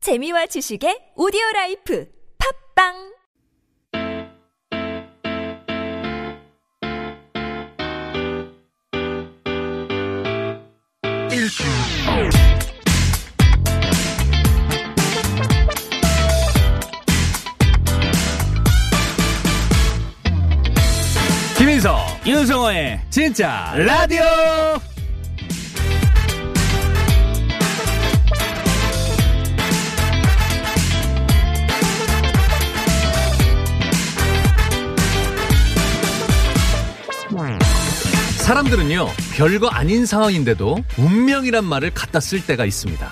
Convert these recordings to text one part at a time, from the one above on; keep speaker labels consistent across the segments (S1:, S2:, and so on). S1: 재미와 지식의 오디오 라이프 팝빵
S2: 김인석
S3: 윤성호의
S2: 진짜
S3: 라디오
S2: 사람들은요 별거 아닌 상황인데도 운명이란 말을 갖다 쓸 때가 있습니다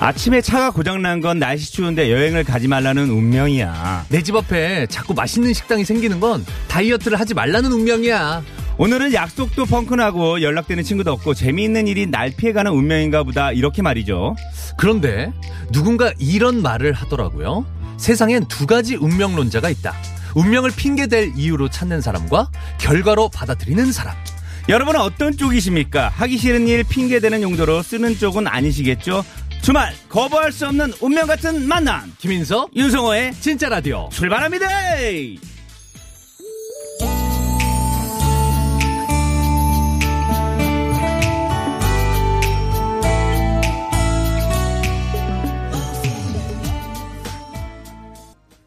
S3: 아침에 차가 고장난 건 날씨 추운데 여행을 가지 말라는 운명이야
S2: 내 집 앞에 자꾸 맛있는 식당이 생기는 건 다이어트를 하지 말라는 운명이야
S3: 오늘은 약속도 펑크나고 연락되는 친구도 없고 재미있는 일이 날 피해가는 운명인가 보다 이렇게 말이죠
S2: 그런데 누군가 이런 말을 하더라고요 세상엔 두 가지 운명론자가 있다 운명을 핑계댈 이유로 찾는 사람과 결과로 받아들이는 사람
S3: 여러분은 어떤 쪽이십니까? 하기 싫은 일 핑계대는 용도로 쓰는 쪽은 아니시겠죠? 주말 거부할 수 없는 운명 같은 만남
S2: 김인석
S3: 윤성호의
S2: 진짜 라디오
S3: 출발합니다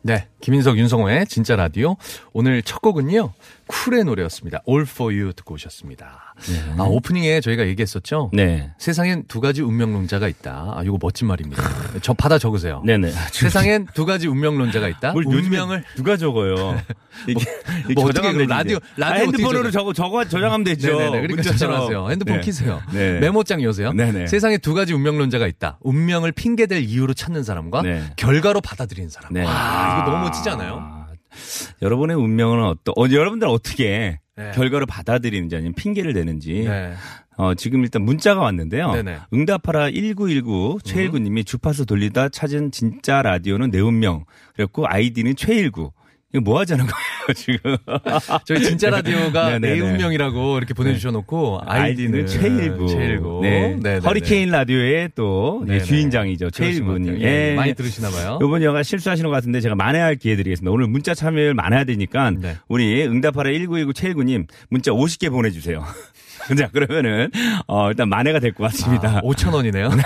S2: 네, 김인석 윤성호의 진짜 라디오 오늘 첫 곡은요 쿨의 노래였습니다. All for You 듣고 오셨습니다. 아 오프닝에 저희가 얘기했었죠.
S3: 네
S2: 세상엔 두 가지 운명론자가 있다. 아, 이거 멋진 말입니다. 저 받아 적으세요.
S3: 네네
S2: 세상엔 두 가지 운명론자가 있다.
S3: 뭘 요즘에
S2: 운명을
S3: 누가 적어요? 이게 이게
S2: 뭐 어떻게
S3: 저장하면
S2: 그럼
S3: 되지,
S2: 라디오-
S3: 이제.
S2: 라디오
S3: 아, 핸드폰으로
S2: 어떻게
S3: 저거 저거 저장하면 되죠.
S2: 네네네. 그러니까
S3: 문자처럼.
S2: 전화하세요. 핸드폰
S3: 네.
S2: 키세요.
S3: 네.
S2: 메모장 여세요.
S3: 네네.
S2: 세상에 두 가지 운명론자가 있다. 운명을 핑계댈 이유로 찾는 사람과
S3: 네.
S2: 결과로 받아들이는 사람.
S3: 네.
S2: 와, 이거 너무 멋지지 않아요?
S3: 아, 여러분의 운명은 어떠? 어, 여러분들 어떻게
S2: 네.
S3: 결과를 받아들이는지 아니면 핑계를 대는지.
S2: 네.
S3: 어, 지금 일단 문자가 왔는데요.
S2: 네네. 음.
S3: 응답하라 1919 최일구님이 주파수 돌리다 찾은 진짜 라디오는 내 운명. 그랬고 아이디는 최일구. 이거 뭐 하자는 거예요 지금?
S2: 저희 진짜 라디오가
S3: 네네네.
S2: 내
S3: 네.
S2: 운명이라고 이렇게 보내주셔놓고
S3: 아이디는
S2: 아이디는
S3: 최일구.
S2: 최일구.
S3: 네.
S2: 네네네.
S3: 허리케인 라디오의 또 예,
S2: 네네.
S3: 주인장이죠. 최일구님.
S2: 그러신 것 같아요. 예, 많이 들으시나 봐요.
S3: 이번 영화 실수하시는 것 같은데 제가 만회할 기회 드리겠습니다. 오늘 문자 참여율 많아야 되니까
S2: 네.
S3: 우리 응답하라 1919 최일구님 문자 50개 보내주세요. 자, 그러면은, 어, 일단 만회가 될 것 같습니다.
S2: 5천 원이네요.
S3: 긴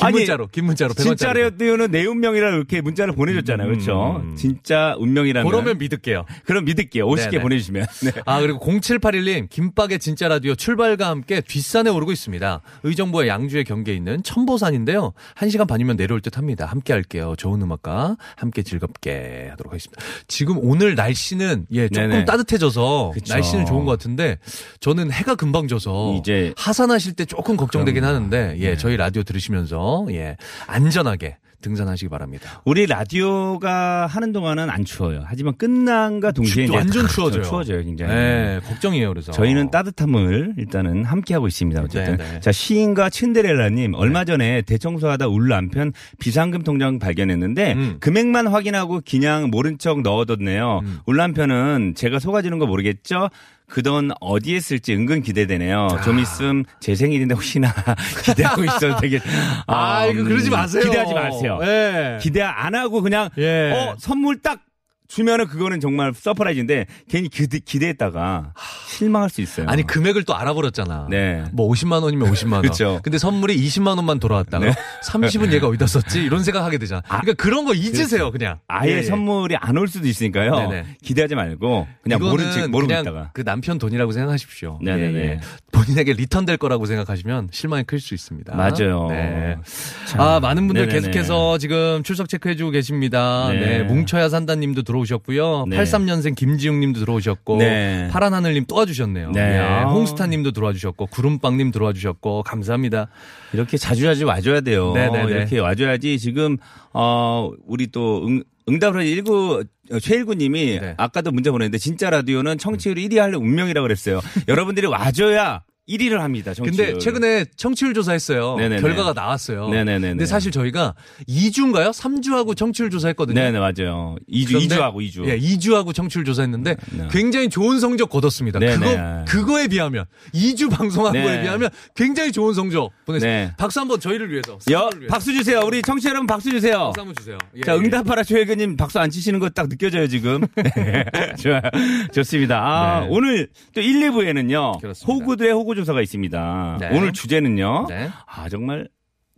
S2: 아, 긴 문자로, 긴 문자로. 100 원짜리로.
S3: 진짜로 띄우는 내 운명이라 이렇게 문자를 보내줬잖아요. 그렇죠? 진짜 운명이라면.
S2: 음. 그러면 믿을게요.
S3: 그럼 믿을게요. 50개
S2: 네네.
S3: 보내주시면. 네.
S2: 아 그리고 0781님 김밥의 진짜 라디오 출발과 함께 뒷산에 오르고 있습니다. 의정부와 양주의 경계에 있는 첨보산인데요. 1시간 반이면 내려올 듯합니다. 함께 할게요. 좋은 음악과 함께 즐겁게 하도록 하겠습니다. 지금 오늘 날씨는 예 조금
S3: 네네.
S2: 따뜻해져서
S3: 그쵸.
S2: 날씨는 좋은 것 같은데 저는 해가 금방 져서
S3: 이제 네.
S2: 하산하실 때 조금 걱정되긴 하는데 예 저희 라디오 들으시면서 예 안전하게 등산하시기 바랍니다.
S3: 우리 라디오가 하는 동안은 안 추워요. 하지만 끝난과 동시에
S2: 춥죠.
S3: 이제
S2: 완전
S3: 탁
S2: 추워져요.
S3: 추워져요, 굉장히.
S2: 예 걱정이에요. 그래서
S3: 저희는 따뜻함을 일단은 함께 하고 있습니다. 어쨌든
S2: 네네. 네.
S3: 자 시인과 츤데렐라님 얼마 전에 대청소하다 울 남편 비상금 통장 발견했는데
S2: 음.
S3: 금액만 확인하고 그냥 모른 척 넣어뒀네요.
S2: 음.
S3: 울 남편은 제가 속아지는 거 모르겠죠? 그 돈 어디에 쓸지 은근 기대되네요. 좀 있음 제 생일인데 혹시나 기대하고 있어도 되겠.
S2: 아, 이거
S3: 음,
S2: 그러지 마세요.
S3: 기대하지 마세요.
S2: 예.
S3: 기대 안 하고 그냥
S2: 예.
S3: 어 선물 딱 주면은 그거는 정말 서프라이즈인데 괜히 기대, 기대했다가 실망할 수 있어요.
S2: 아니 금액을 또 알아버렸잖아.
S3: 네.
S2: 뭐 50만 원이면 50만 원.
S3: 그쵸. 네.
S2: 근데 선물이 20만 원만 돌아왔다가 30은 얘가 어디다 썼지? 이런 생각하게 되잖아. 그러니까 그런 거 잊으세요, 그냥
S3: 아예 선물이 안 올 수도 있으니까요.
S2: 네네.
S3: 기대하지 말고 그냥 모른 척 모르고 있다가.
S2: 그 남편 돈이라고 생각하십시오. 예,
S3: 네네네.
S2: 본인에게 리턴 될 거라고 생각하시면 실망이 클 수 있습니다.
S3: 맞아요.
S2: 네.
S3: 참.
S2: 아, 많은 분들
S3: 네네네.
S2: 계속해서 지금 출석 체크해주고 계십니다. 네.
S3: 네.
S2: 뭉쳐야 산다 님도 들어오셨고요.
S3: 네.
S2: 83년생 김지웅 님도 들어오셨고.
S3: 네.
S2: 파란 하늘 님 또 와주셨네요.
S3: 네.
S2: 예, 홍스타 님도 들어와 주셨고. 구름빵 님 들어와 주셨고. 감사합니다.
S3: 이렇게 자주 자주 와줘야 돼요.
S2: 네네네.
S3: 이렇게 와줘야지 지금 어 우리 또 응, 응답을 19 최일구님이
S2: 네.
S3: 아까도 문자 보냈는데 진짜 라디오는 청취율 1위 할 운명이라고 그랬어요. 여러분들이 와줘야 1위를 합니다. 정치율.
S2: 근데 최근에 청취율 조사했어요.
S3: 네네네.
S2: 결과가 나왔어요.
S3: 네네네네.
S2: 근데 사실 저희가 2주인가요? 3주하고 청취율 조사했거든요.
S3: 네, 네, 맞아요. 2주,
S2: 그런데-
S3: 이주하고이주
S2: 예, 2주하고 청취율 조사했는데
S3: 네.
S2: 굉장히 좋은 성적 거뒀습니다.
S3: 네,
S2: 그거
S3: 네.
S2: 그거에 비하면 2주 방송한
S3: 네.
S2: 거에 비하면 굉장히 좋은 성적 보냈습니다.
S3: 네.
S2: 박수 한번 저희를 위해서.
S3: 여,
S2: 위해서.
S3: 박수 주세요. 우리 청취자 여러분 박수 주세요.
S2: 박수 한번 주세요. 예,
S3: 자,
S2: 예.
S3: 응답하라 최혜근님 박수 안 치시는 거 딱 느껴져요, 지금. 네. 좋아요. 좋습니다. 아,
S2: 네.
S3: 오늘 또 1, 2부에는요.
S2: 그렇습니다.
S3: 호구들의 호구조사가 있습니다.
S2: 네.
S3: 오늘 주제는요.
S2: 네.
S3: 아, 정말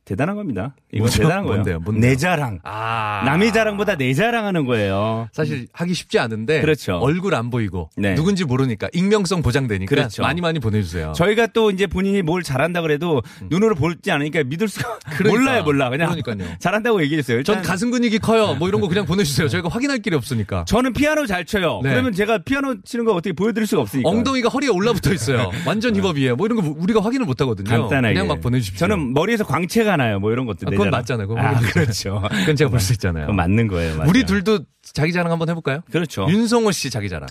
S3: 대단한 겁니다. 이건
S2: 뭐죠?
S3: 대단한 거예요.
S2: 뭔데요? 뭔데요?
S3: 내 자랑.
S2: 아.
S3: 남의 자랑보다 내 자랑하는 거예요.
S2: 사실 하기 쉽지 않은데
S3: 그렇죠.
S2: 얼굴 안 보이고
S3: 네.
S2: 누군지 모르니까 익명성 보장되니까
S3: 그렇죠.
S2: 많이 많이 보내주세요.
S3: 저희가 또 이제 본인이 뭘 잘한다 그래도 눈으로 보지 않으니까 믿을 수가
S2: 음. 그러니까.
S3: 몰라요, 몰라. 그냥
S2: 그러니까요.
S3: 잘한다고 얘기해 주세요.
S2: 전
S3: 일단
S2: 가슴 근육이 커요. 뭐 이런 거 그냥 보내주세요. 저희가 확인할 길이 없으니까.
S3: 네. 저는 피아노 잘 쳐요.
S2: 네.
S3: 그러면 제가 피아노 치는 거 어떻게 보여드릴 수가 없으니까.
S2: 엉덩이가 허리에 올라붙어 있어요. 완전 힙업이에요. 뭐 이런 거 우리가 확인을 못 하거든요.
S3: 네. 간단하게.
S2: 그냥 막 보내주십시오.
S3: 저는 뭐 머리에서 광채가 나요. 뭐 이런 것도.
S2: 아,
S3: 내
S2: 그건
S3: 자랑.
S2: 맞잖아요. 그건
S3: 아,
S2: 모르겠어요.
S3: 그렇죠.
S2: 그건 제가 볼 수 있잖아요.
S3: 그건 맞는 거예요. 맞아요.
S2: 우리 둘도 자기 자랑 한번 해볼까요?
S3: 그렇죠.
S2: 윤성호 씨 자기 자랑.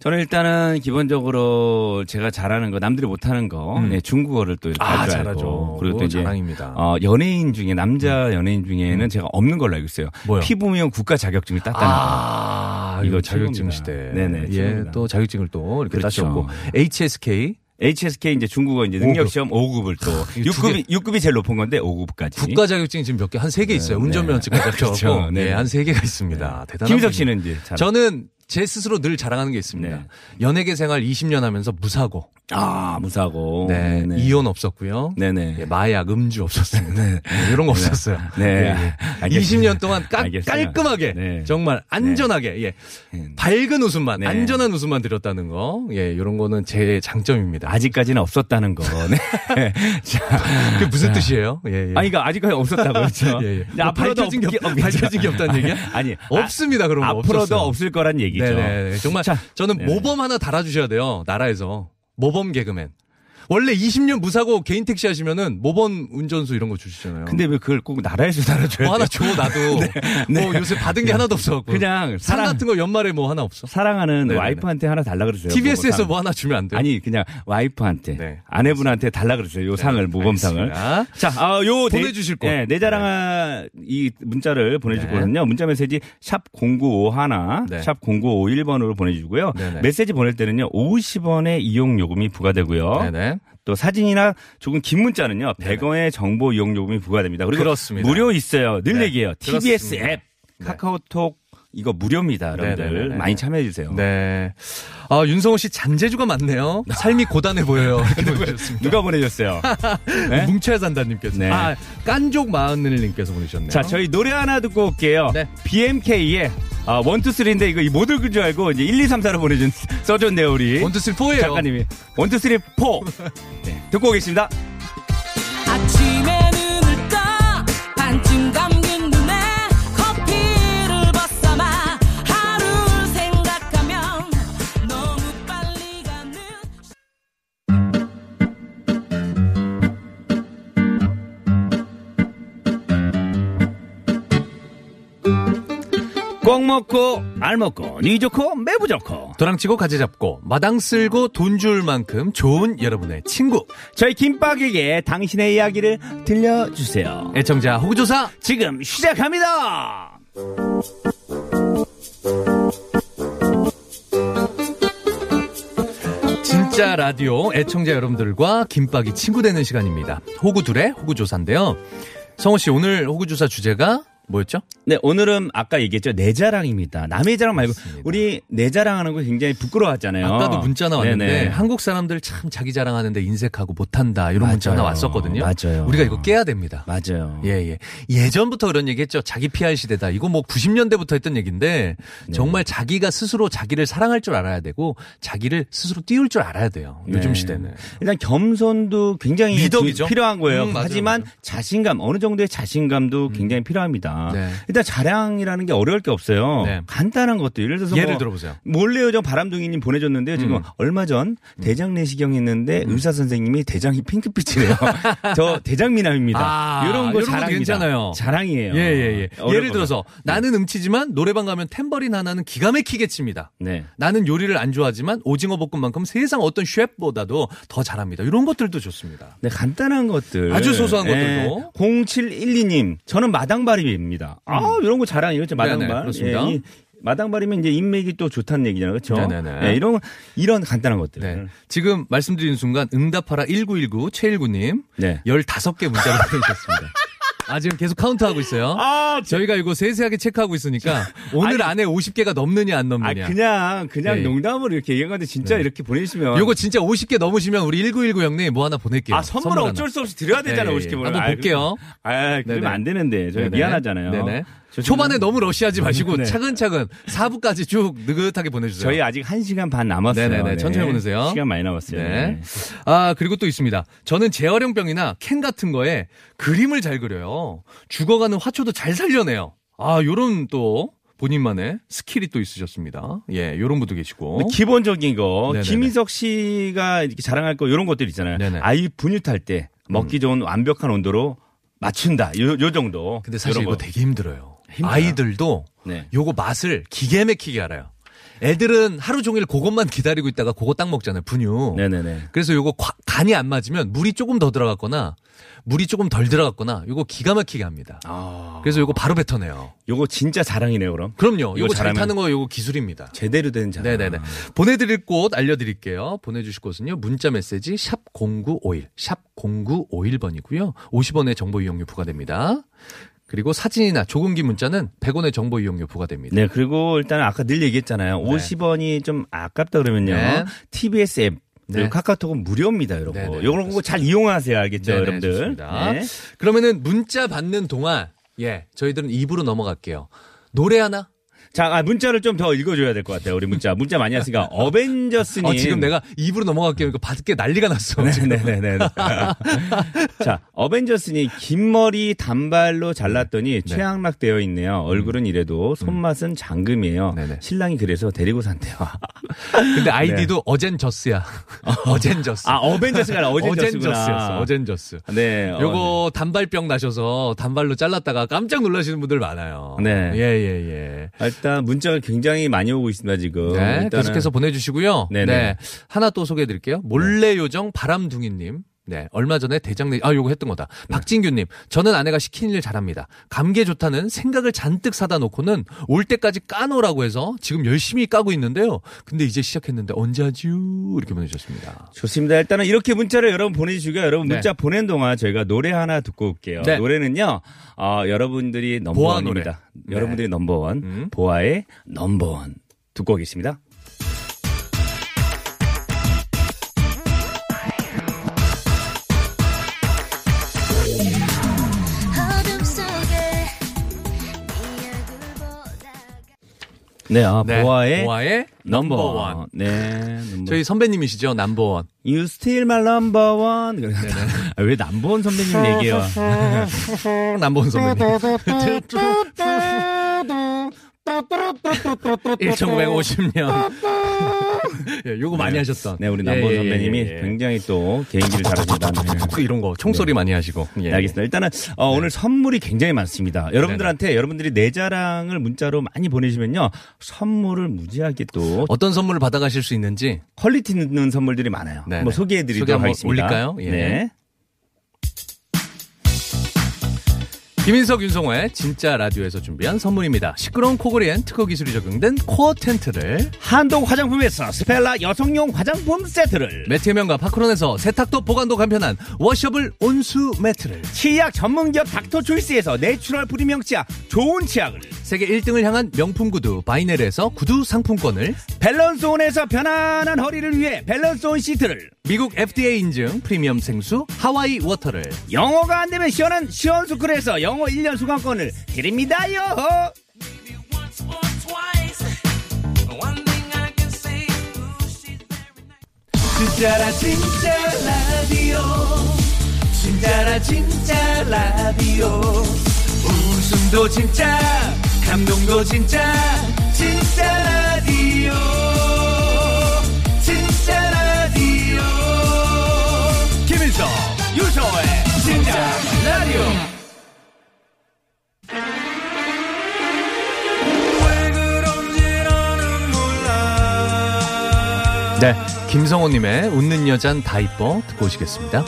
S3: 저는 일단은 기본적으로 제가 잘하는 거, 남들이 못하는 거,
S2: 음.
S3: 네, 중국어를 또 이렇게
S2: 아,
S3: 할줄
S2: 잘하죠.
S3: 알고. 그리고 또
S2: 그거
S3: 이제
S2: 자랑입니다. 음.
S3: 어, 연예인 중에 남자 연예인 중에는 제가 없는 걸로 알고 있어요.
S2: 뭐요?
S3: 피부미용 국가 자격증을 땄다는 거.
S2: 아, 이거
S3: 아, 이거
S2: 자격증
S3: 최고입니다.
S2: 시대.
S3: 네네,
S2: 예,
S3: 최고입니다.
S2: 또 자격증을 또 이렇게
S3: 그렇죠. 네.
S2: 따셨고. HSK.
S3: HSK 이제 중국어 이제
S2: 오급.
S3: 능력 시험 5급을 또
S2: 이거 두
S3: 6급이 6급이 제일 높은 건데 5급까지.
S2: 국가 자격증이 지금 몇 개, 한 세 개 있어요. 운전면허증까지 합쳐갖고.
S3: 네, 그렇죠.
S2: 네,
S3: 네.
S2: 한 세 개가 있습니다. 대단한.
S3: 김희석
S2: 분이에요.
S3: 씨는 이제 잘
S2: 저는 제 스스로 늘 자랑하는 게 있습니다.
S3: 네.
S2: 연예계 생활 20년 하면서 무사고,
S3: 아, 무사고.
S2: 네,
S3: 네네. 뭐,
S2: 이혼 없었고요,
S3: 네네.
S2: 예, 마약, 음주 없었어요. 네, 이런 거 없었어요.
S3: 네.
S2: 예, 예.
S3: 알겠습니다.
S2: 20년 동안 까-
S3: 알겠어요.
S2: 깔끔하게
S3: 네.
S2: 정말 안전하게 예.
S3: 네.
S2: 밝은 웃음만
S3: 네.
S2: 안전한 웃음만 드렸다는 거, 예, 이런 거는 제 장점입니다.
S3: 아직까지는 없었다는 거. 네. 자.
S2: 그게 무슨 뜻이에요? 예, 예.
S3: 아. 아니, 그러니까 아직까지 없었다고요. 그렇죠?
S2: 예, 예.
S3: 근데 앞으로도
S2: 밝혀진 게
S3: 없-
S2: 없-
S3: 없겠죠?
S2: 밝혀진 게 없다는 얘기야?
S3: 아니,
S2: 없습니다 그런 거
S3: 앞으로도
S2: 없었어요.
S3: 없을 거란 얘기죠.
S2: 네네. 정말
S3: 자,
S2: 저는
S3: 네네.
S2: 모범 하나 달아주셔야 돼요. 나라에서 모범 개그맨. 원래 20년 무사고 개인 택시 하시면은 모범 운전수 이런 거 주시잖아요.
S3: 근데 왜 그걸 꼭 나라에서 달아줘야
S2: 뭐
S3: 돼요? 네.
S2: 하나 줘 나도 뭐 요새 받은 게 하나도 없어갖고
S3: 그냥
S2: 상
S3: 사랑,
S2: 같은 거 연말에 뭐 하나 없어.
S3: 사랑하는
S2: 네네네.
S3: 와이프한테 하나 달라 그러세요.
S2: TBS에서
S3: 모범상.
S2: 뭐 하나 주면 안 돼요?
S3: 아니 그냥 와이프한테
S2: 네.
S3: 아내분한테 달라 그러세요. 요 상을 모범상을.
S2: 알겠습니다.
S3: 자, 아, 요 내-
S2: 보내주실 거.
S3: 네, 내 자랑한 이 문자를 보내주실
S2: 네.
S3: 거거든요. 문자 메시지 샵 #0951,
S2: 네.
S3: 샵 #0951번으로 보내주고요.
S2: 네네.
S3: 메시지 보낼 때는요, 50원의 이용 요금이 부과되고요.
S2: 네네. 네,
S3: 또 사진이나 조금 긴 문자는요, 100원의 정보 이용 요금이 부과됩니다. 그리고
S2: 그렇습니다.
S3: 무료 있어요. 늘
S2: 네.
S3: 얘기해요. TBS 앱, 카카오톡 이거 무료입니다, 여러분들
S2: 네네네네.
S3: 많이 참여해 주세요.
S2: 네. 아 윤성호 씨 잔재주가 많네요. 삶이 고단해 보여요. 이렇게 보내주셨습니다.
S3: 누가 네, 보내줬어요? 네?
S2: 뭉쳐야 산다님께서.
S3: 네.
S2: 아 깐족 마흔일님께서 보내주셨네요.
S3: 자, 저희 노래 하나 듣고 올게요.
S2: 네.
S3: BMK의 아, 1, 2, 3인데 이거 못 읽은 줄 알고 이제 1, 2, 3, 4로 보내준 써줬네요, 우리.
S2: 원투쓰리 포예요.
S3: 작가님이. 1, 2, 3, 4. 네, 듣고 오겠습니다.
S4: 아침에 눈을 떠 반쯤 감긴 눈에 커피를 벗삼아 하루를 생각하면 너무 빨리 가는
S3: 꽁 먹고, 알 먹고, 니 좋고, 매부 좋고.
S2: 도랑치고 가지 잡고 마당 쓸고 돈 줄 만큼 좋은 여러분의 친구
S3: 저희 김밥에게 당신의 이야기를 들려주세요.
S2: 애청자 호구조사
S3: 지금 시작합니다!
S2: 진짜 라디오 애청자 여러분들과 김밥이 친구 되는 시간입니다. 호구둘의 호구조사인데요. 성호 씨 오늘 호구조사 주제가 뭐였죠?
S3: 네, 오늘은 아까 얘기했죠. 내 자랑입니다. 남의 자랑 말고,
S2: 맞습니다.
S3: 우리 내 자랑하는 거 굉장히 부끄러워하잖아요.
S2: 아까도 문자 나왔는데
S3: 어, 네네.
S2: 한국 사람들 참 자기 자랑하는데 인색하고 못한다 이런 문자 하나
S3: 맞아요.
S2: 왔었거든요.
S3: 맞아요.
S2: 우리가 이거 깨야 됩니다.
S3: 맞아요.
S2: 예, 예. 예전부터 그런 얘기 했죠. 자기 PR 시대다. 이거 뭐 90년대부터 했던 얘기인데
S3: 네.
S2: 정말 자기가 스스로 자기를 사랑할 줄 알아야 되고 자기를 스스로 띄울 줄 알아야 돼요. 요즘
S3: 네.
S2: 시대는.
S3: 일단 겸손도 굉장히
S2: 미덕이죠.
S3: 주- 필요한 거예요.
S2: 음, 맞아요,
S3: 하지만
S2: 맞아요.
S3: 자신감 어느 정도의 자신감도 굉장히 필요합니다. 있다.
S2: 네.
S3: 일단 자랑이라는 게 어려울 게 없어요.
S2: 네.
S3: 간단한 것도 예를 들어서
S2: 예를
S3: 뭐
S2: 들어보세요. 음.
S3: 몰래 요정 바람둥이님 보내줬는데요. 지금 얼마 전 대장 내시경 했는데 의사 선생님이 대장이 핑크빛이래요. 저 대장 미남입니다.
S2: 아,
S3: 이런 거
S2: 이런 것도
S3: 자랑입니다.
S2: 괜찮아요.
S3: 자랑이에요.
S2: 예, 예, 예.
S3: 어려울 네.
S2: 예를
S3: 거면.
S2: 들어서 나는 음치지만 노래방 가면 탬버린 하나는 기가 막히게 칩니다.
S3: 네.
S2: 나는 요리를 안 좋아하지만 오징어 볶음만큼 세상 어떤 셰프보다도 더 잘합니다. 이런 것들도 좋습니다.
S3: 네, 간단한 것들.
S2: 아주 소소한
S3: 예.
S2: 것들도.
S3: 0712님, 저는 마당발입니다. 아, 이런 거 자랑이에요. 저 마당발.
S2: 음. 네네, 그렇습니다.
S3: 예, 이 마당발이면 이제 인맥이 또 좋다는 얘기잖아요. 그렇죠?
S2: 네네네.
S3: 예, 이런 이런 간단한 것들.
S2: 네. 지금 말씀드린 순간 응답하라 1919 최일구님
S3: 네.
S2: 15개 문자를 보내주셨습니다. 아, 지금 계속 카운트하고 있어요.
S3: 아,
S2: 저희가 이거 세세하게 체크하고 있으니까 오늘 안에 50개가 넘느냐 안
S3: 아,
S2: 넘느냐.
S3: 그냥 그냥
S2: 예, 예.
S3: 농담으로 이렇게 얘기한 건데 진짜
S2: 네.
S3: 이렇게 보내시면
S2: 요거 진짜 50개 넘으시면 우리 1919 형님 뭐 하나 보낼게요.
S3: 아, 선물
S2: 선물 하나.
S3: 어쩔 수 없이 드려야 되잖아요.
S2: 예, 예.
S3: 50개 보면.
S2: 한번
S3: 아,
S2: 볼게요.
S3: 그- 아, 그러면
S2: 네네.
S3: 안 되는데. 저희
S2: 네네.
S3: 미안하잖아요.
S2: 네네.
S3: 저 지금-
S2: 초반에 너무 러시하지 마시고
S3: 네.
S2: 차근차근 4부까지 쭉 느긋하게 보내주세요.
S3: 저희 아직 1시간 반 남았어요.
S2: 네네네.
S3: 네.
S2: 천천히 보내세요.
S3: 시간 많이 남았어요.
S2: 네. 아, 그리고 또 있습니다. 저는 재활용병이나 캔 같은 거에 그림을 잘 그려요. 죽어가는 화초도 잘 살려내요. 아, 요런 또 본인만의 스킬이 또 있으셨습니다. 예, 요런 분도 계시고.
S3: 근데 기본적인 거
S2: 네네네.
S3: 김희석 씨가 이렇게 자랑할 거 이런 것들 있잖아요.
S2: 네네. 음.
S3: 아이 분유탈 때 먹기 좋은 완벽한 온도로 맞춘다. 요, 요 정도.
S2: 근데
S3: 요런
S2: 사실 이거
S3: 거.
S2: 되게 힘들어요.
S3: 힘들어요?
S2: 아이들도
S3: 네.
S2: 요거 맛을 기계 맥히게 알아요. 애들은 하루 종일 그것만 기다리고 있다가 그거 딱 먹잖아요. 분유.
S3: 네네네.
S2: 그래서 요거 과- 간이 안 맞으면 물이 조금 더 들어갔거나 물이 조금 덜 들어갔거나 요거 기가 막히게 합니다.
S3: 아.
S2: 그래서 요거 바로 뱉어내요.
S3: 요거 진짜 자랑이네요, 그럼.
S2: 그럼요.
S3: 이거
S2: 요거 잘
S3: 잘하면-
S2: 타는 거 요거 기술입니다.
S3: 제대로 된 자랑.
S2: 네네네. 보내드릴 곳 알려드릴게요. 보내주실 곳은요. 문자 메시지 샵 0951, 샵 0951번이고요. 50원의 정보 이용료 부과됩니다. 그리고 사진이나 조금기 문자는 100원의 정보 이용료 부과됩니다.
S3: 네, 그리고 일단 아까 늘 얘기했잖아요. 50원이 좀 아깝다 그러면요.
S2: 네.
S3: TBS 앱 그리고
S2: 네.
S3: 카카오톡은 무료입니다, 여러분.
S2: 네네,
S3: 이런 거 잘 이용하세요, 알겠죠,
S2: 네네,
S3: 여러분들.
S2: 좋습니다.
S3: 네.
S2: 그러면은 문자 받는 동안 예 저희들은 입으로 넘어갈게요. 노래 하나?
S3: 자, 아, 문자를 좀 더 읽어줘야 될 것 같아요. 우리 문자 문자 많이 왔으니까 어벤져스님.
S2: 어, 지금 내가 입으로 넘어갈게요. 이거 받게 난리가 났어. 지금.
S3: 네네네. 자, 어벤져스니 긴 머리 단발로
S2: 네.
S3: 잘랐더니 최양락 되어 있네요. 얼굴은 이래도 손맛은 장금이에요.
S2: 음. 네네.
S3: 신랑이 그래서 데리고 산대요.
S2: 근데 아이디도 어젠 저스야. 어젠 저스.
S3: 네. 아, 어벤져스가 아니라
S2: 어젠
S3: 어젠져스구나.
S2: 저스였어. 어젠 저스.
S3: 네. 어,
S2: 요거 단발병 나셔서 단발로 잘랐다가 깜짝 놀라시는 분들 많아요.
S3: 네.
S2: 예, 예, 예.
S3: 아, 일단 문자가 굉장히 많이 오고 있습니다, 지금.
S2: 네,
S3: 어, 일단은
S2: 계속해서 보내주시고요.
S3: 네네. 네.
S2: 네. 하나 또 소개해 드릴게요. 몰래 요정 바람둥이님. 네, 얼마 전에 대장내, 아, 요거 했던 거다. 박진규님, 저는 아내가 시킨 일 잘합니다. 감기에 좋다는 생각을 잔뜩 사다 놓고는 올 때까지 까놓으라고 해서 지금 열심히 까고 있는데요. 근데 이제 시작했는데 언제 하지요? 이렇게 보내주셨습니다.
S3: 좋습니다. 일단은 이렇게 문자를 여러분 보내주시고요. 여러분
S2: 네.
S3: 문자 보낸 동안 저희가 노래 하나 듣고 올게요.
S2: 네.
S3: 노래는요, 어, 여러분들이
S2: 보아
S3: 넘버원입니다.
S2: 노래.
S3: 여러분들이 넘버원.
S2: 음.
S3: 보아의 넘버원. 듣고 오겠습니다.
S5: 어둠 속에 네 얼굴 보다가
S3: 네, 아,
S2: 네,
S3: 보아의,
S2: 보아의
S3: 넘버원.
S2: 넘버원.
S3: 네, 넘버원.
S2: 저희 선배님이시죠? 남보원.
S3: You still my number one.
S2: 네,
S3: 아, 왜 남보원 선배님 얘기해요? 네.
S2: 남보원 선배님. 1950년. 예, 요거 많이 하셨던.
S3: 네, 우리 남보원
S2: 예, 예,
S3: 선배님이
S2: 예, 예.
S3: 굉장히 또 개인기를 잘하신다. 네.
S2: 그 이런 거 총소리 많이 하시고. 예.
S3: 네, 알겠습니다. 일단은 어, 오늘 선물이 굉장히 많습니다.
S2: 네,
S3: 여러분들한테 여러분들이 내 자랑을 문자로 많이 보내시면요 선물을 무지하게 또
S2: 어떤 선물을 받아가실 수 있는지.
S3: 퀄리티 있는 선물들이 많아요.
S2: 네네.
S3: 한번
S2: 소개
S3: 소개해드리도록
S2: 한번
S3: 하겠습니다.
S2: 올릴까요? 예.
S3: 네.
S2: 김인석 윤성호의 진짜 라디오에서 준비한 선물입니다. 시끄러운 코골이엔 특허 기술이 적용된 코어 텐트를
S3: 한동 화장품에서 스펠라 여성용 화장품 세트를
S2: 매트 해명과 파크론에서 세탁도 보관도 간편한 워셔블 온수 매트를
S3: 치약 전문기업 닥터초이스에서 내추럴 프리미엄 치약 좋은 치약을
S2: 세계 1등을 향한 명품 구두 바이네르에서 구두 상품권을
S3: 밸런스온에서 편안한 허리를 위해 밸런스온 시트를
S2: 미국 FDA 인증 프리미엄 생수 하와이 워터를
S3: 영어가 안 되면 시원한 시원스쿨에서 영어 1년 수강권을 드립니다요.
S4: Once or twice, one thing I can say, ooh, she's very nice.
S3: 진짜라 진짜 라디오 진짜라 진짜 라디오 웃음
S2: 감동도 진짜 감동도 진짜 진짜 라디오 진짜 라디오 김일성 유서의 진짜 라디오 네, 김성호님의 웃는 여잔 다 이뻐 듣고 오시겠습니다.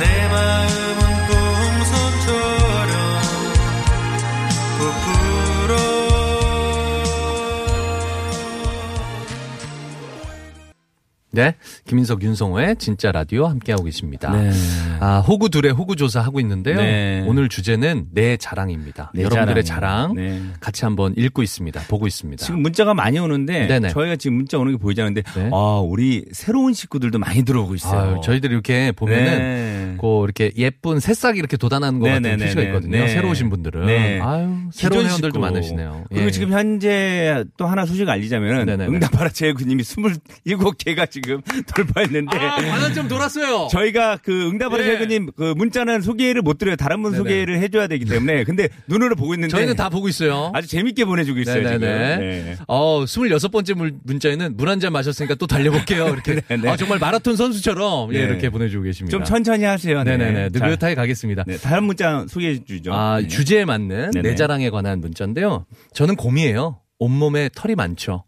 S4: 내 마음은 꿈속처럼
S2: 네, 김인석, 윤성호의 진짜 라디오 함께하고 계십니다. 아, 호구 둘의 호구 조사 하고 있는데요.
S3: 네.
S2: 오늘 주제는 내 자랑입니다.
S3: 내
S2: 여러분들의 자랑
S3: 자랑이요. 네.
S2: 같이 한번 읽고 있습니다. 보고 있습니다.
S3: 지금 문자가 많이 오는데
S2: 네네.
S3: 저희가 지금 문자 오는 게 보이지 않는데
S2: 네.
S3: 아 우리 새로운 식구들도 많이 들어오고 있어요.
S2: 아유, 저희들이 이렇게 보면은
S3: 네.
S2: 그 이렇게 예쁜 새싹이 이렇게 돋아나는 것 같은
S3: 네네네네.
S2: 표시가 있거든요.
S3: 네.
S2: 새로 오신 분들은
S3: 네.
S2: 아유 새로운
S3: 기존
S2: 회원들도
S3: 식구.
S2: 많으시네요.
S3: 그리고
S2: 예.
S3: 지금 현재 또 하나 소식 알리자면
S2: 네네네.
S3: 응답하라 제일구님이 27개가 지금 돌파했는데
S2: 아, 만원 좀 돌았어요.
S3: 네. 저희가 그 응답하라
S2: 예.
S3: 제일구님 그 문자는 소개를 못 드려요. 다른 분
S2: 네네.
S3: 소개를 해줘야 되기 때문에 근데 눈으로 보고 있는데
S2: 저희는 다 보고 있어요.
S3: 아주 재밌게 보내주고 있어요 지금.
S2: 네네네.
S3: 네.
S2: 어, 26번째 물- 문자에는 물 한 잔 마셨으니까 또 달려볼게요. 이렇게.
S3: 네네.
S2: 아, 정말 마라톤 선수처럼 예,
S3: 네.
S2: 이렇게 보내주고 계십니다.
S3: 좀 천천히 하세요. 네.
S2: 네네네.
S3: 자,
S2: 느긋하게 가겠습니다.
S3: 네, 다른 문자 소개해 주죠.
S2: 아,
S3: 네.
S2: 주제에 맞는
S3: 네네.
S2: 내 자랑에 관한 문자인데요. 저는 곰이에요. 온몸에 털이 많죠.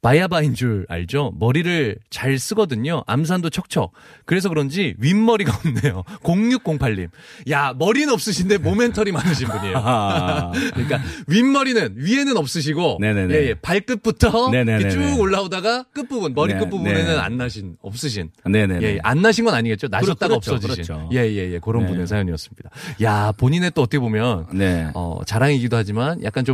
S2: 바야바인 줄 알죠? 머리를 잘 쓰거든요. 암산도 척척. 그래서 그런지 윗머리가 없네요. 0608님. 야, 머리는 없으신데 몸엔 털이 많으신 분이에요.
S3: 아.
S2: 그러니까 윗머리는 위에는 없으시고
S3: 네네네.
S2: 예, 예, 발끝부터
S3: 네네네네.
S2: 이렇게 쭉 올라오다가 끝부분 머리
S3: 네,
S2: 끝부분에는
S3: 네.
S2: 안 나신 없으신
S3: 네네네.
S2: 예, 예, 안 나신 건 아니겠죠 나셨다가
S3: 그렇죠,
S2: 없어지신
S3: 그렇죠.
S2: 예예예 그런
S3: 네.
S2: 분의 사연이었습니다 야 본인의 또 어떻게 보면
S3: 네.
S2: 어, 자랑이기도 하지만 약간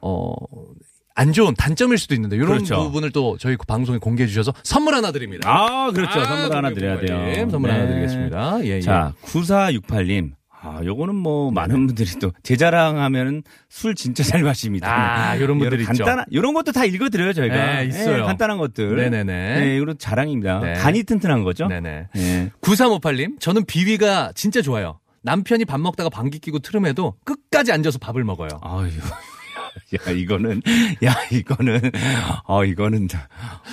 S2: 어, 좀어안 좋은 단점일 수도 있는데 이런
S3: 그렇죠.
S2: 부분을 또 저희 방송에 공개해 주셔서 선물 하나 드립니다
S3: 아, 그렇죠.
S2: 아,
S3: 선물 하나 드려야 돼요.
S2: 공개부관님. 선물 하나
S3: 네.
S2: 드리겠습니다 예, 네. 예.
S3: 자, 9468님. 아, 요거는 뭐 많은 분들이 또 제 자랑하면은 술 진짜 잘 마십니다.
S2: 아, 요런 분들
S3: 요런
S2: 있죠.
S3: 간단한 요런 것도 다 읽어 드려요, 저희가.
S2: 네, 있어요.
S3: 예, 간단한 것들.
S2: 네네네.
S3: 네, 요런 자랑입니다.
S2: 네.
S3: 간이 튼튼한 거죠?
S2: 네네
S3: 네.
S2: 9358님, 저는 비위가 진짜 좋아요. 남편이 밥 먹다가 방귀 끼고 트름해도 끝까지 앉아서 밥을 먹어요.
S3: 아유. 야, 이거는 야, 이거는 어, 이거는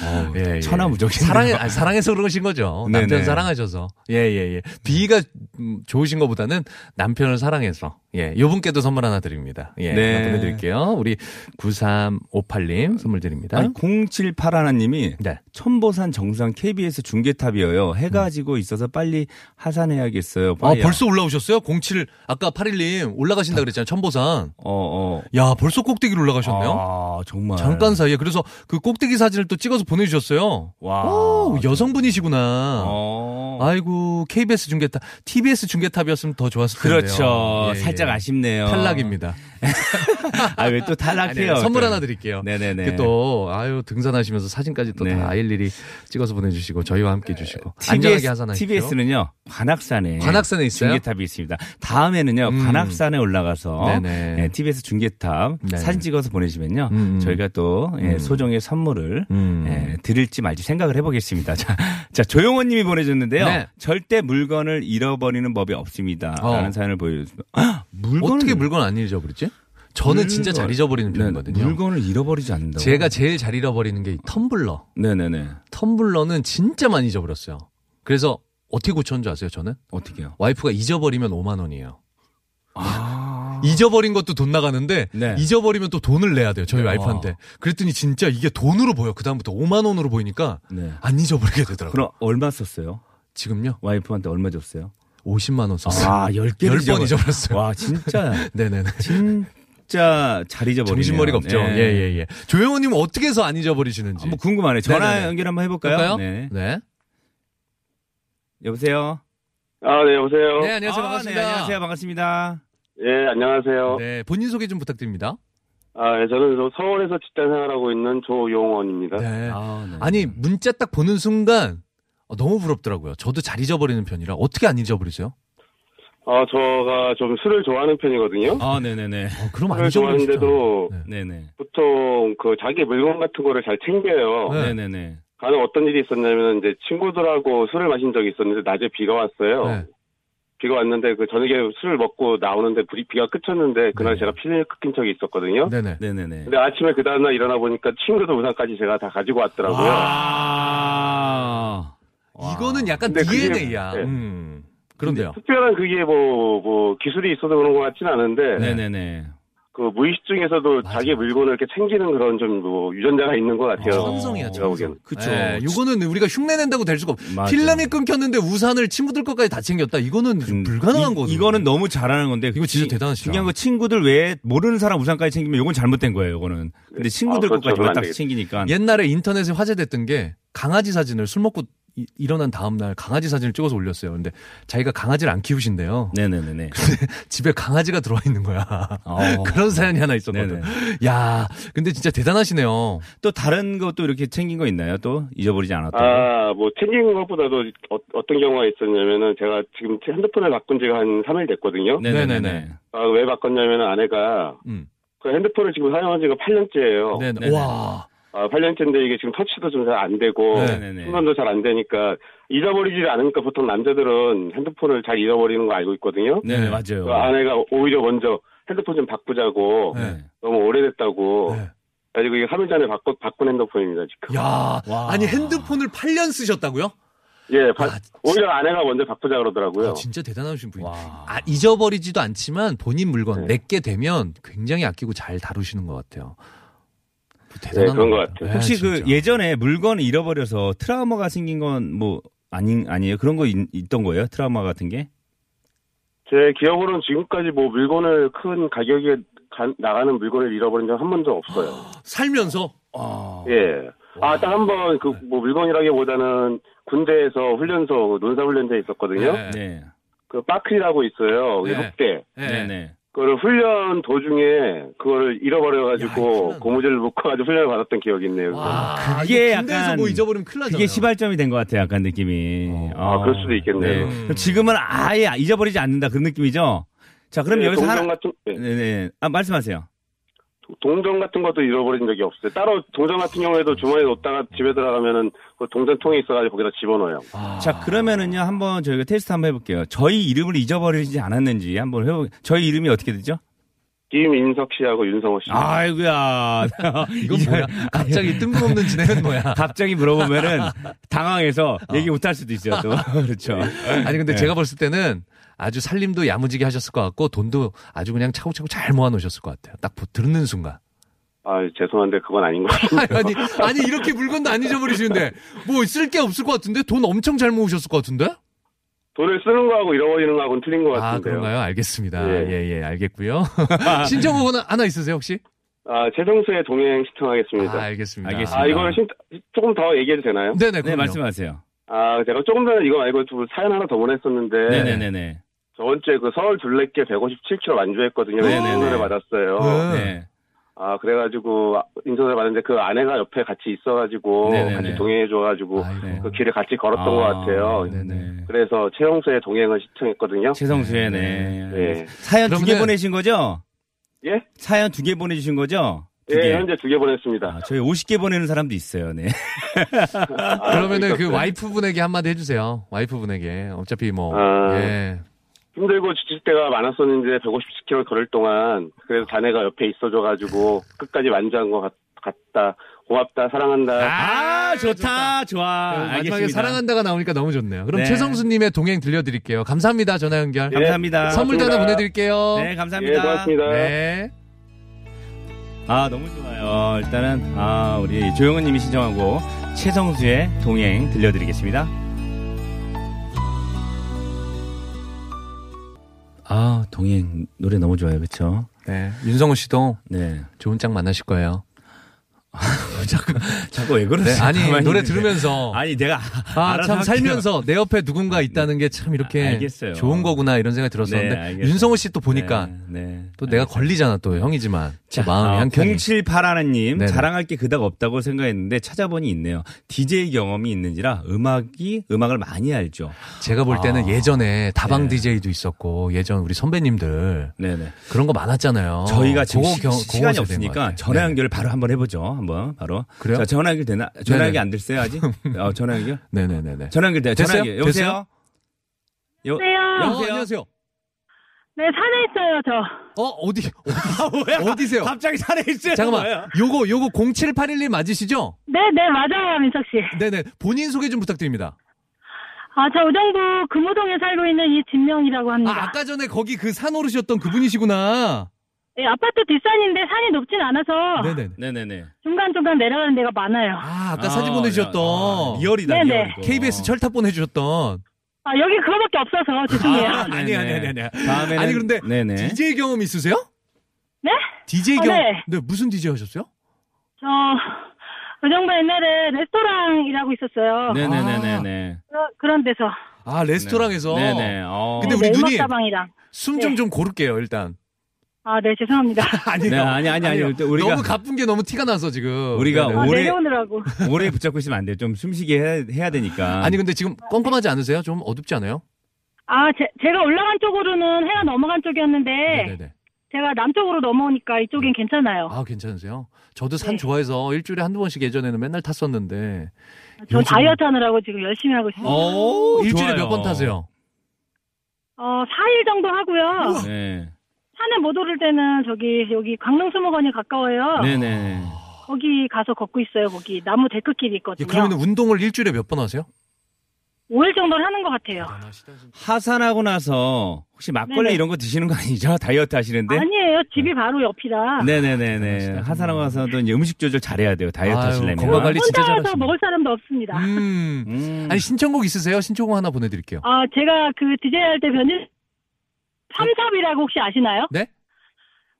S3: 어,
S2: 예, 예.
S3: 천하무적인
S2: 사랑해, 아니, 사랑해서 그러신 거죠. 남편
S3: 네네.
S2: 사랑하셔서. 예, 예, 예. 비위가 음, 좋으신 것보다는 남편을 사랑해서. 예, 요 분께도 선물 하나 드립니다. 예,
S3: 네.
S2: 하나 보내드릴게요. 우리 9358님 선물 드립니다.
S3: 078 하나님이
S2: 아? 네.
S3: 천보산 정상 KBS 중계탑이어요. 해가 지고 있어서 빨리 하산해야겠어요.
S2: 아,
S3: 빠이야.
S2: 벌써 올라오셨어요? 07, 아까 81님 올라가신다 그랬잖아요. 천보산.
S3: 어, 어.
S2: 야, 벌써 꼭대기로 올라가셨네요.
S3: 아, 정말.
S2: 잠깐 사이에. 그래서 그 꼭대기 사진을 또 찍어서 보내주셨어요.
S3: 와.
S2: 오, 여성분이시구나.
S3: 어.
S2: 아이고, KBS 중계탑, TBS 중계탑이었으면 더 좋았을 텐데요.
S3: 그렇죠.
S2: 예, 예.
S3: 살짝 아쉽네요.
S2: 탈락입니다.
S3: 아, 왜 또 어. 탈락해요?
S2: 아니에요. 선물 하나 드릴게요.
S3: 네네네.
S2: 그또 아유 등산하시면서 사진까지 또
S3: 네.
S2: 다 일일이 찍어서 보내주시고 저희와 함께 해주시고 안전하게
S3: TBS,
S2: 하산하십시오.
S3: TBS는요, 관악산에.
S2: 관악산에 있어요?
S3: 중계탑이 있습니다. 다음에는요,
S2: 음.
S3: 관악산에 올라가서.
S2: 네네.
S3: 예, TBS 중계탑
S2: 네.
S3: 사진 찍어서 보내시면요,
S2: 음, 음.
S3: 저희가 또 예, 소정의 선물을
S2: 음.
S3: 예, 드릴지 말지 생각을 해보겠습니다. 자, 자 조용원 님이 보내줬는데요.
S2: 네.
S3: 절대 물건을 잃어버리는 법이 없습니다.
S2: 어.
S3: 라는 사연을 보여줬습니다. 헉, 물건을
S2: 어떻게 물건 안 잊어버리지? 저는 진짜 잘
S3: 물건-
S2: 잊어버리는
S3: 네,
S2: 편이거든요.
S3: 물건을 잃어버리지 않는다.
S2: 제가 제일 잘 잃어버리는 게 이 텀블러.
S3: 네네네.
S2: 텀블러는 진짜 많이 잊어버렸어요. 그래서 어떻게 고쳤는 줄 아세요? 저는
S3: 어떻게요?
S2: 와이프가 잊어버리면 5만 원이에요. 잊어버린 것도 돈 나가는데
S3: 아. 네. 어.
S2: 잊어버리면 또 돈을 내야 돼요 저희 와이프한테 그랬더니 진짜 이게 돈으로 보여 그 다음부터 5만 원으로 보이니까
S3: 네.
S2: 안 잊어버리게 되더라고요
S3: 그럼 얼마 썼어요?
S2: 지금요
S3: 와이프한테 얼마 줬어요?
S2: 50만 원 썼어요
S3: 아, 열
S2: 아, 열 번 잊어버렸어요
S3: 와, 진짜.
S2: 네네네
S3: 진짜 잘 잊어버리네요.
S2: 정신머리가 없죠
S3: 네.
S2: 예예예 조영호님 은 어떻게 해서 안 잊어버리시는지
S3: 아, 뭐 궁금하네. 전화
S2: 네네네.
S3: 연결 한번 해볼까요?
S2: 볼까요
S3: 네.
S2: 네.
S3: 여보세요?
S6: 아, 네, 여보세요.
S2: 네, 안녕하세요
S3: 아,
S2: 반갑습니다
S3: 네, 안녕하세요. 반갑습니다.
S6: 예, 안녕하세요.
S2: 네, 본인 소개 좀 부탁드립니다
S6: 아, 예, 저는 서- 서울에서 직장 생활하고 있는 조용원입니다.
S2: 네
S3: 아, 네.
S2: 아니 문자 딱 보는 순간 어, 너무 부럽더라고요 저도 잘 잊어버리는 편이라 어떻게 안 잊어버리세요
S6: 아, 저가 좀 술을 좋아하는 편이거든요.
S3: 아, 네네네.
S2: 어, 그럼 안
S6: 술을
S2: 잊어버리시죠
S6: 좋아하는데도
S2: 네.
S3: 네네.
S6: 보통 그 자기 물건 같은 거를 잘 챙겨요.
S2: 네.
S3: 네네네.
S2: 네.
S6: 간혹 어떤 일이 있었냐면 이제 친구들하고 술을 마신 적이 있었는데 낮에 비가 왔어요. 비가 왔는데 그 저녁에 술을 먹고 나오는데 불이 비가 그쳤는데 그날
S2: 네.
S6: 제가 피를 끊긴 적이 있었거든요.
S2: 네네.
S3: 네네네.
S6: 근데 아침에 그 다음날 일어나 보니까 친구도 우산까지 제가 다 가지고 왔더라고요.
S3: 아.
S2: 이거는 약간
S6: 근데 그게-
S2: DNA야.
S6: 네.
S2: 음. 그런데요.
S6: 특별한 그게 뭐, 뭐, 기술이 있어서 그런 것 같진 않은데,
S3: 네네네.
S6: 그 무의식 중에서도
S2: 맞아,
S6: 자기 물건을 이렇게 챙기는 그런 좀 뭐 유전자가 있는 것 같아요.
S2: 천성이야,
S6: 제가
S2: 천성.
S6: 보기엔.
S3: 그쵸.
S2: 예, 요거는 우리가 흉내낸다고 될 수가 없.
S3: 맞아.
S2: 필름이 끊겼는데 우산을 친구들 것까지 다 챙겼다. 음, 이거는 좀 불가능한
S3: 음, 이-
S2: 거거든요.
S3: 이거는 너무 잘하는 건데.
S2: 이거 진짜 대단하시다.
S3: 중요한 거 친구들 외에 모르는 사람 우산까지 챙기면 이건 잘못된 거예요, 이거는. 근데 친구들
S6: 아, 그렇죠.
S3: 것까지
S6: 그건 안
S3: 딱
S6: 되겠다.
S3: 챙기니까.
S2: 옛날에 인터넷에 화제됐던 게 강아지 사진을 술 먹고 이- 일어난 다음 날 강아지 사진을 찍어서 올렸어요. 근데 자기가 강아지를 안 키우신대요.
S3: 네네네네.
S2: 집에 강아지가 들어와 있는 거야.
S3: 어.
S2: 그런 사연이 하나 있었거든. 야, 근데 진짜 대단하시네요.
S3: 또 다른 것도 이렇게 챙긴 거 있나요? 또 잊어버리지 않았던 거.
S6: 아, 뭐 챙기는 것보다도 어, 떤 경우가 있었냐면은 제가 지금 핸드폰을 바꾼 지가 한 3일 됐거든요.
S3: 네네네네.
S2: 네네네.
S6: 아, 왜 바꿨냐면은 아내가
S2: 음.
S6: 그 핸드폰을 지금 사용한 지가 8년째예요.
S2: 네, 네.
S3: 네네.
S2: 와.
S6: 아, 8년째인데 이게 지금 터치도 좀 잘 안 되고
S3: 네네네.
S6: 충전도 잘 안 되니까 잊어버리지 않으니까 보통 남자들은 핸드폰을 잘 잊어버리는 거 알고 있거든요.
S3: 네네,
S6: 그
S3: 맞아요.
S6: 아내가 오히려 먼저 핸드폰 좀 바꾸자고
S3: 네.
S6: 너무
S3: 어.
S6: 오래됐다고
S2: 네.
S6: 그래가지고 이게 3일 전에 바꿔, 바꾼 핸드폰입니다, 지금.
S2: 야,
S3: 와.
S2: 아니 핸드폰을 8년 쓰셨다고요?
S6: 예, 바-
S2: 아, 진짜.
S6: 오히려 아내가 먼저 바꾸자 그러더라고요.
S2: 아, 진짜 대단하신 분이.
S3: 와.
S2: 아, 잊어버리지도 않지만 본인 물건 내게 되면 굉장히 아끼고 잘 다루시는 것 같아요. 뭐 대단한
S6: 네, 그런 것
S2: 겁니다.
S6: 같아요.
S2: 네,
S3: 혹시 그
S2: 진짜.
S3: 예전에 물건 잃어버려서 트라우마가 생긴 건 뭐 아니 아니에요? 그런 거 있, 있던 거예요? 트라우마 같은 게?
S6: 제 기억으로는 지금까지 뭐 물건을 큰 가격에 가- 나가는 물건을 잃어버린 적 한 번도 없어요.
S2: 살면서
S6: 예. 아, 딱 한 번,
S2: 네.
S6: 그, 뭐, 물건이라기보다는 군대에서 훈련소, 그 논사훈련소에 있었거든요.
S2: 네.
S3: 네.
S6: 그, 빠클이라고 있어요.
S2: 네.
S6: 네. 흑대.
S3: 네.
S2: 네.
S3: 네.
S6: 그거를 훈련 도중에,
S2: 야,
S6: 그거를
S2: 큰일
S6: 잃어버려가지고,
S2: 났네.
S6: 고무줄을 묶어가지고 훈련을 받았던 기억이 있네요.
S2: 와,
S3: 그게
S2: 이거 군대에서
S3: 약간-
S2: 뭐 잊어버리면 큰일 나잖아요.
S3: 그게 시발점이 된 것 같아요. 약간 느낌이.
S6: 아, 그럴 수도 있겠네요.
S3: 네. 그럼 지금은 아예 잊어버리지 않는다 그런 느낌이죠. 자, 그럼
S6: 예,
S3: 여기서
S6: 동전
S3: 하나.
S6: 같은, 예,
S3: 네네. 아 말씀하세요.
S6: 동전 같은 것도 잃어버린 적이 없어요. 따로 동전 같은 경우에도 주머니에 넣다가 집에 들어가면은 그 동전통이 있어가지고 거기다 집어넣어요.
S3: 자,
S2: 아.
S3: 그러면은요 한번 저희가 테스트 한번 해볼게요. 저희 이름을 잊어버리지 않았는지 한번 해보. 저희 이름이 어떻게 되죠?
S6: 김인석 씨하고 윤성호 씨.
S3: 아. 아이고야.
S2: 이건 뭐야? 갑자기 뜬금없는 진행은 뭐야?
S3: 갑자기 물어보면은 당황해서 얘기 못 할 수도 있어요. 또 그렇죠.
S2: 아. 아니 근데 제가 봤을 때는 아주 살림도 야무지게 하셨을 것 같고 돈도 아주 그냥 차곡차곡 잘 모아놓으셨을 것 같아요. 딱 보- 듣는 순간.
S6: 아, 죄송한데 그건 아닌 것 같아요.
S2: 아니 아니 이렇게 물건도 안 잊어버리시는데 뭐 쓸 게 없을 것 같은데 돈 엄청 잘 모으셨을 것 같은데?
S6: 돈을 쓰는 거하고 잃어버리는 거하고는 틀린 것
S2: 아
S6: 같은데요.
S2: 그런가요? 알겠습니다.
S6: 예.
S2: 예예 알겠고요. 신청곡 하나, 하나 있으세요 혹시?
S6: 아, 최성수의 동행
S2: 아
S6: 시청하겠습니다.
S2: 알겠습니다.
S3: 알겠습니다.
S6: 아, 이걸 신- 조금 더 얘기해도 되나요?
S2: 네네
S3: 네
S2: 그럼요.
S3: 말씀하세요.
S6: 아, 제가 조금 전에 이거 말고 좀 사연 하나 더 보냈었는데
S3: 네네네네.
S6: 저번 주에 그 서울 둘레길 157km 완주했거든요.
S3: 네네네.
S6: 인선을 받았어요.
S2: 네.
S3: 네.
S6: 아, 그래가지고 인선을 받았는데 그 아내가 옆에 같이 있어가지고
S3: 네네네.
S6: 같이 동행해줘가지고
S2: 아이고. 네.
S6: 그 길을 같이 걸었던
S3: 아,
S6: 것 같아요.
S3: 네네.
S6: 그래서 최영수의 동행을 시청했거든요.
S3: 최성수의
S2: 네.
S3: 네.
S6: 네.
S3: 사연 두 개
S2: 그러면은-
S3: 보내신 거죠?
S6: 예?
S3: 사연 두 개 보내주신 거죠? 두 개.
S6: 예, 현재 두 개 보냈습니다.
S3: 아, 저희 50개 보내는 사람도 있어요. 네.
S6: 아,
S2: 그러면은 그
S6: 있었어요.
S2: 와이프분에게 한마디 해주세요. 와이프분에게 어차피 뭐
S6: 아.
S2: 예.
S6: 힘들고 지칠 때가 많았었는데 157km 걸을 동안 그래도 자네가 옆에 있어줘가지고 끝까지 완주한 것 같, 다 고맙다 사랑한다
S3: 아, 좋다. 좋아.
S2: 네, 마지막에
S3: 알겠습니다.
S2: 사랑한다가 나오니까 너무 좋네요. 그럼
S3: 네.
S2: 최성수님의 동행 들려드릴게요. 감사합니다. 전화 연결.
S3: 감사합니다.
S2: 선물도 하나
S6: 고맙습니다.
S2: 보내드릴게요.
S3: 네,
S6: 예
S3: 감사합니다.
S6: 고맙습니다.
S2: 네.
S3: 아, 너무 좋아요. 일단은, 아, 우리 조영은 님이 신청하고 최성수의 동행 들려드리겠습니다. 아, 동행 노래 너무 좋아요. 그쵸?
S2: 네. 윤성호 씨도
S3: 네.
S2: 좋은 짝 만나실 거예요.
S3: 자꾸, 자꾸 왜
S2: 네,
S3: 그러세요?
S2: 아니,
S3: 가만히
S2: 노래
S3: 있는데.
S2: 들으면서.
S3: 아니, 내가.
S2: 아,
S3: 알아서 할게요.
S2: 참,
S3: 네.
S2: 살면서 내 옆에 누군가 있다는 게 참 이렇게
S3: 아, 알겠어요.
S2: 좋은 거구나 이런 생각이
S3: 네,
S2: 들었었는데.
S3: 알겠어요.
S2: 윤성호 씨 또 보니까
S3: 네, 네.
S2: 또 내가 걸리잖아 또 형이지만. 자, 마음이
S3: 아,
S2: 한켠이.
S3: 0781님
S2: 네네.
S3: 자랑할 게 그닥 없다고 생각했는데 찾아보니 있네요. DJ 경험이 있는지라 음악이 음악을 많이 알죠.
S2: 제가 볼 때는
S3: 아.
S2: 예전에 다방
S3: 네.
S2: DJ도 있었고 예전 우리 선배님들
S3: 네네.
S2: 그런 거 많았잖아요.
S3: 저희가 지금
S2: 어, 그거
S3: 시,
S2: 경-
S3: 시간이
S2: 그거 세대인 것
S3: 없으니까
S2: 같아요.
S3: 전화
S2: 네.
S3: 연결 바로 한번 해보죠. 한번 바로.
S2: 그래요?
S3: 자, 전화 연결 되나? 전화
S2: 네네.
S3: 연결 안 됐어요 아직? 어, 전화 연결?
S2: 네네네네.
S3: 전화 연결 돼요. 전화
S2: 됐어요?
S3: 연결. 여보세요?
S2: 됐어요?
S3: 여,
S7: 안녕하세요.
S2: 어, 안녕하세요.
S7: 네, 산에 있어요, 저.
S2: 어, 어디,
S3: 아, 뭐야?
S2: 어디세요?
S3: 갑자기 산에 있어요.
S2: 잠깐만. 요거, 요거 0781님 맞으시죠?
S7: 네, 네, 맞아요, 민석 씨.
S2: 네네. 본인 소개 좀 부탁드립니다.
S7: 아, 저 우정구 금호동에 살고 있는 이진명이라고
S2: 아,
S7: 합니다.
S2: 아까 전에 거기 그 산 오르셨던 그분이시구나.
S7: 네, 아파트 뒷산인데 산이 높진 않아서
S2: 네네.
S3: 네네네.
S7: 중간중간 내려가는 데가 많아요.
S2: 아, 아까
S3: 아,
S2: 사진 보내주셨던.
S3: 아, 리얼이다,
S7: 네네.
S3: 리얼. 이거. 아,
S2: KBS 철탑 보내주셨던.
S7: 아, 여기 그거밖에 없어서 죄송해요.
S3: 아, 네네.
S2: 아니, 아니, 아니, 아니.
S3: 다음에는-
S2: 아니, 그런데
S3: 네네.
S2: DJ 경험 있으세요?
S7: 네?
S2: DJ
S7: 아,
S2: 경험.
S7: 네.
S2: 네, 무슨 DJ 하셨어요?
S7: 저 우정구 옛날에 레스토랑 일하고 있었어요.
S2: 네.
S3: 네네네네네.
S7: 그, 런 데서.
S2: 아, 레스토랑에서.
S3: 네네. 어.
S2: 근데 우리
S7: 네,
S2: 누님.
S7: 음악다방이랑.
S2: 숨
S7: 네.
S2: 좀 좀 고를게요, 일단.
S7: 아, 네, 죄송합니다.
S2: 아니요.
S3: 네, 아니, 아니, 아니.
S2: 아니요.
S3: 일단 우리가-
S2: 너무 가쁜 게 너무 티가 나서 지금.
S3: 우리가
S2: 네네.
S7: 아,
S3: 올해-
S7: 내려오느라고.
S3: 오래 붙잡고 있으면 안 돼요. 좀 숨쉬게 해야, 해야 되니까.
S2: 아니 근데 지금 껌껌하지 않으세요? 좀 어둡지 않아요?
S7: 아, 제, 제가 올라간 쪽으로는 해가 넘어간 쪽이었는데
S2: 네네네.
S7: 제가 남쪽으로 넘어오니까 이쪽엔 괜찮아요.
S2: 아 괜찮으세요? 저도 산
S7: 네.
S2: 좋아해서 일주일에 한두 번씩 예전에는 맨날 탔었는데
S7: 저
S2: 요즘은-
S7: 다이어트 하느라고 지금 열심히 하고 있습니다. 어,
S3: 오,
S2: 일주일에
S3: 좋아요.
S2: 몇 번 타세요?
S7: 어, 4일 정도 하고요.
S3: 네.
S7: 산에 못 오를 때는 저기 여기 강릉 수목원이 가까워요.
S3: 네네.
S7: 거기 가서 걷고 있어요. 거기 나무 데크길이 있거든요.
S2: 예, 그러면 운동을 일주일에 몇 번 하세요?
S7: 5일 정도를 하는 것 같아요.
S3: 하산하고 나서 혹시 막걸리
S7: 네네.
S3: 이런 거 드시는 거 아니죠? 다이어트
S2: 네.
S3: 하시는데?
S7: 아니에요. 집이 바로 옆이라
S3: 네네네네. 하산하고 나서도 이제 음식 조절 잘해야 돼요. 다이어트
S2: 아유,
S3: 하시려면.
S2: 건강 관리 진짜
S7: 혼자
S2: 잘하시네.
S7: 와서 먹을 사람도 없습니다.
S2: 음.
S3: 음.
S2: 아니 신청곡 있으세요? 신청곡 하나 보내드릴게요.
S7: 아 제가 그 DJ 할 때 변진 삼섭이라고 혹시 아시나요?
S2: 네?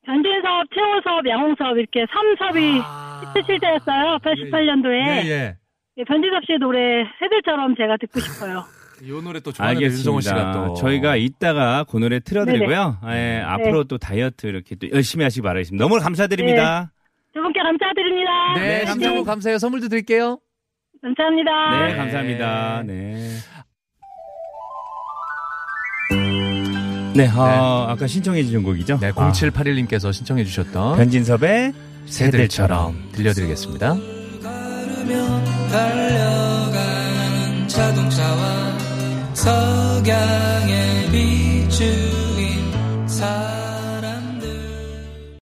S7: 변진섭, 최호섭, 양홍섭 이렇게 삼섭이
S2: 아.
S7: 히트칠 때였어요. 88년도에.
S2: 예, 네, 예예.
S7: 변진섭 씨의 노래 새들처럼 제가 듣고 싶어요.
S2: 이 노래 또 좋아하는 윤성호 씨가
S3: 알겠습니다.
S2: 또
S3: 저희가 이따가 그 노래 틀어드리고요. 예, 앞으로 또 다이어트 이렇게 또 열심히 하시기 바라겠습니다. 너무 감사드립니다.
S7: 두 분께 감사드립니다.
S2: 네
S3: 네,
S2: 신청곡 감사해요. 선물도 드릴게요.
S7: 감사합니다.
S3: 네,
S2: 네.
S3: 감사합니다. 네. 네, 어, 아까 신청해 주신 곡이죠?
S2: 네
S3: 아,
S2: 0781님께서 신청해주셨던
S3: 변진섭의 새들처럼.
S2: 새들처럼 들려드리겠습니다.
S4: 걸으며 달려가는 자동차와 석양의 비추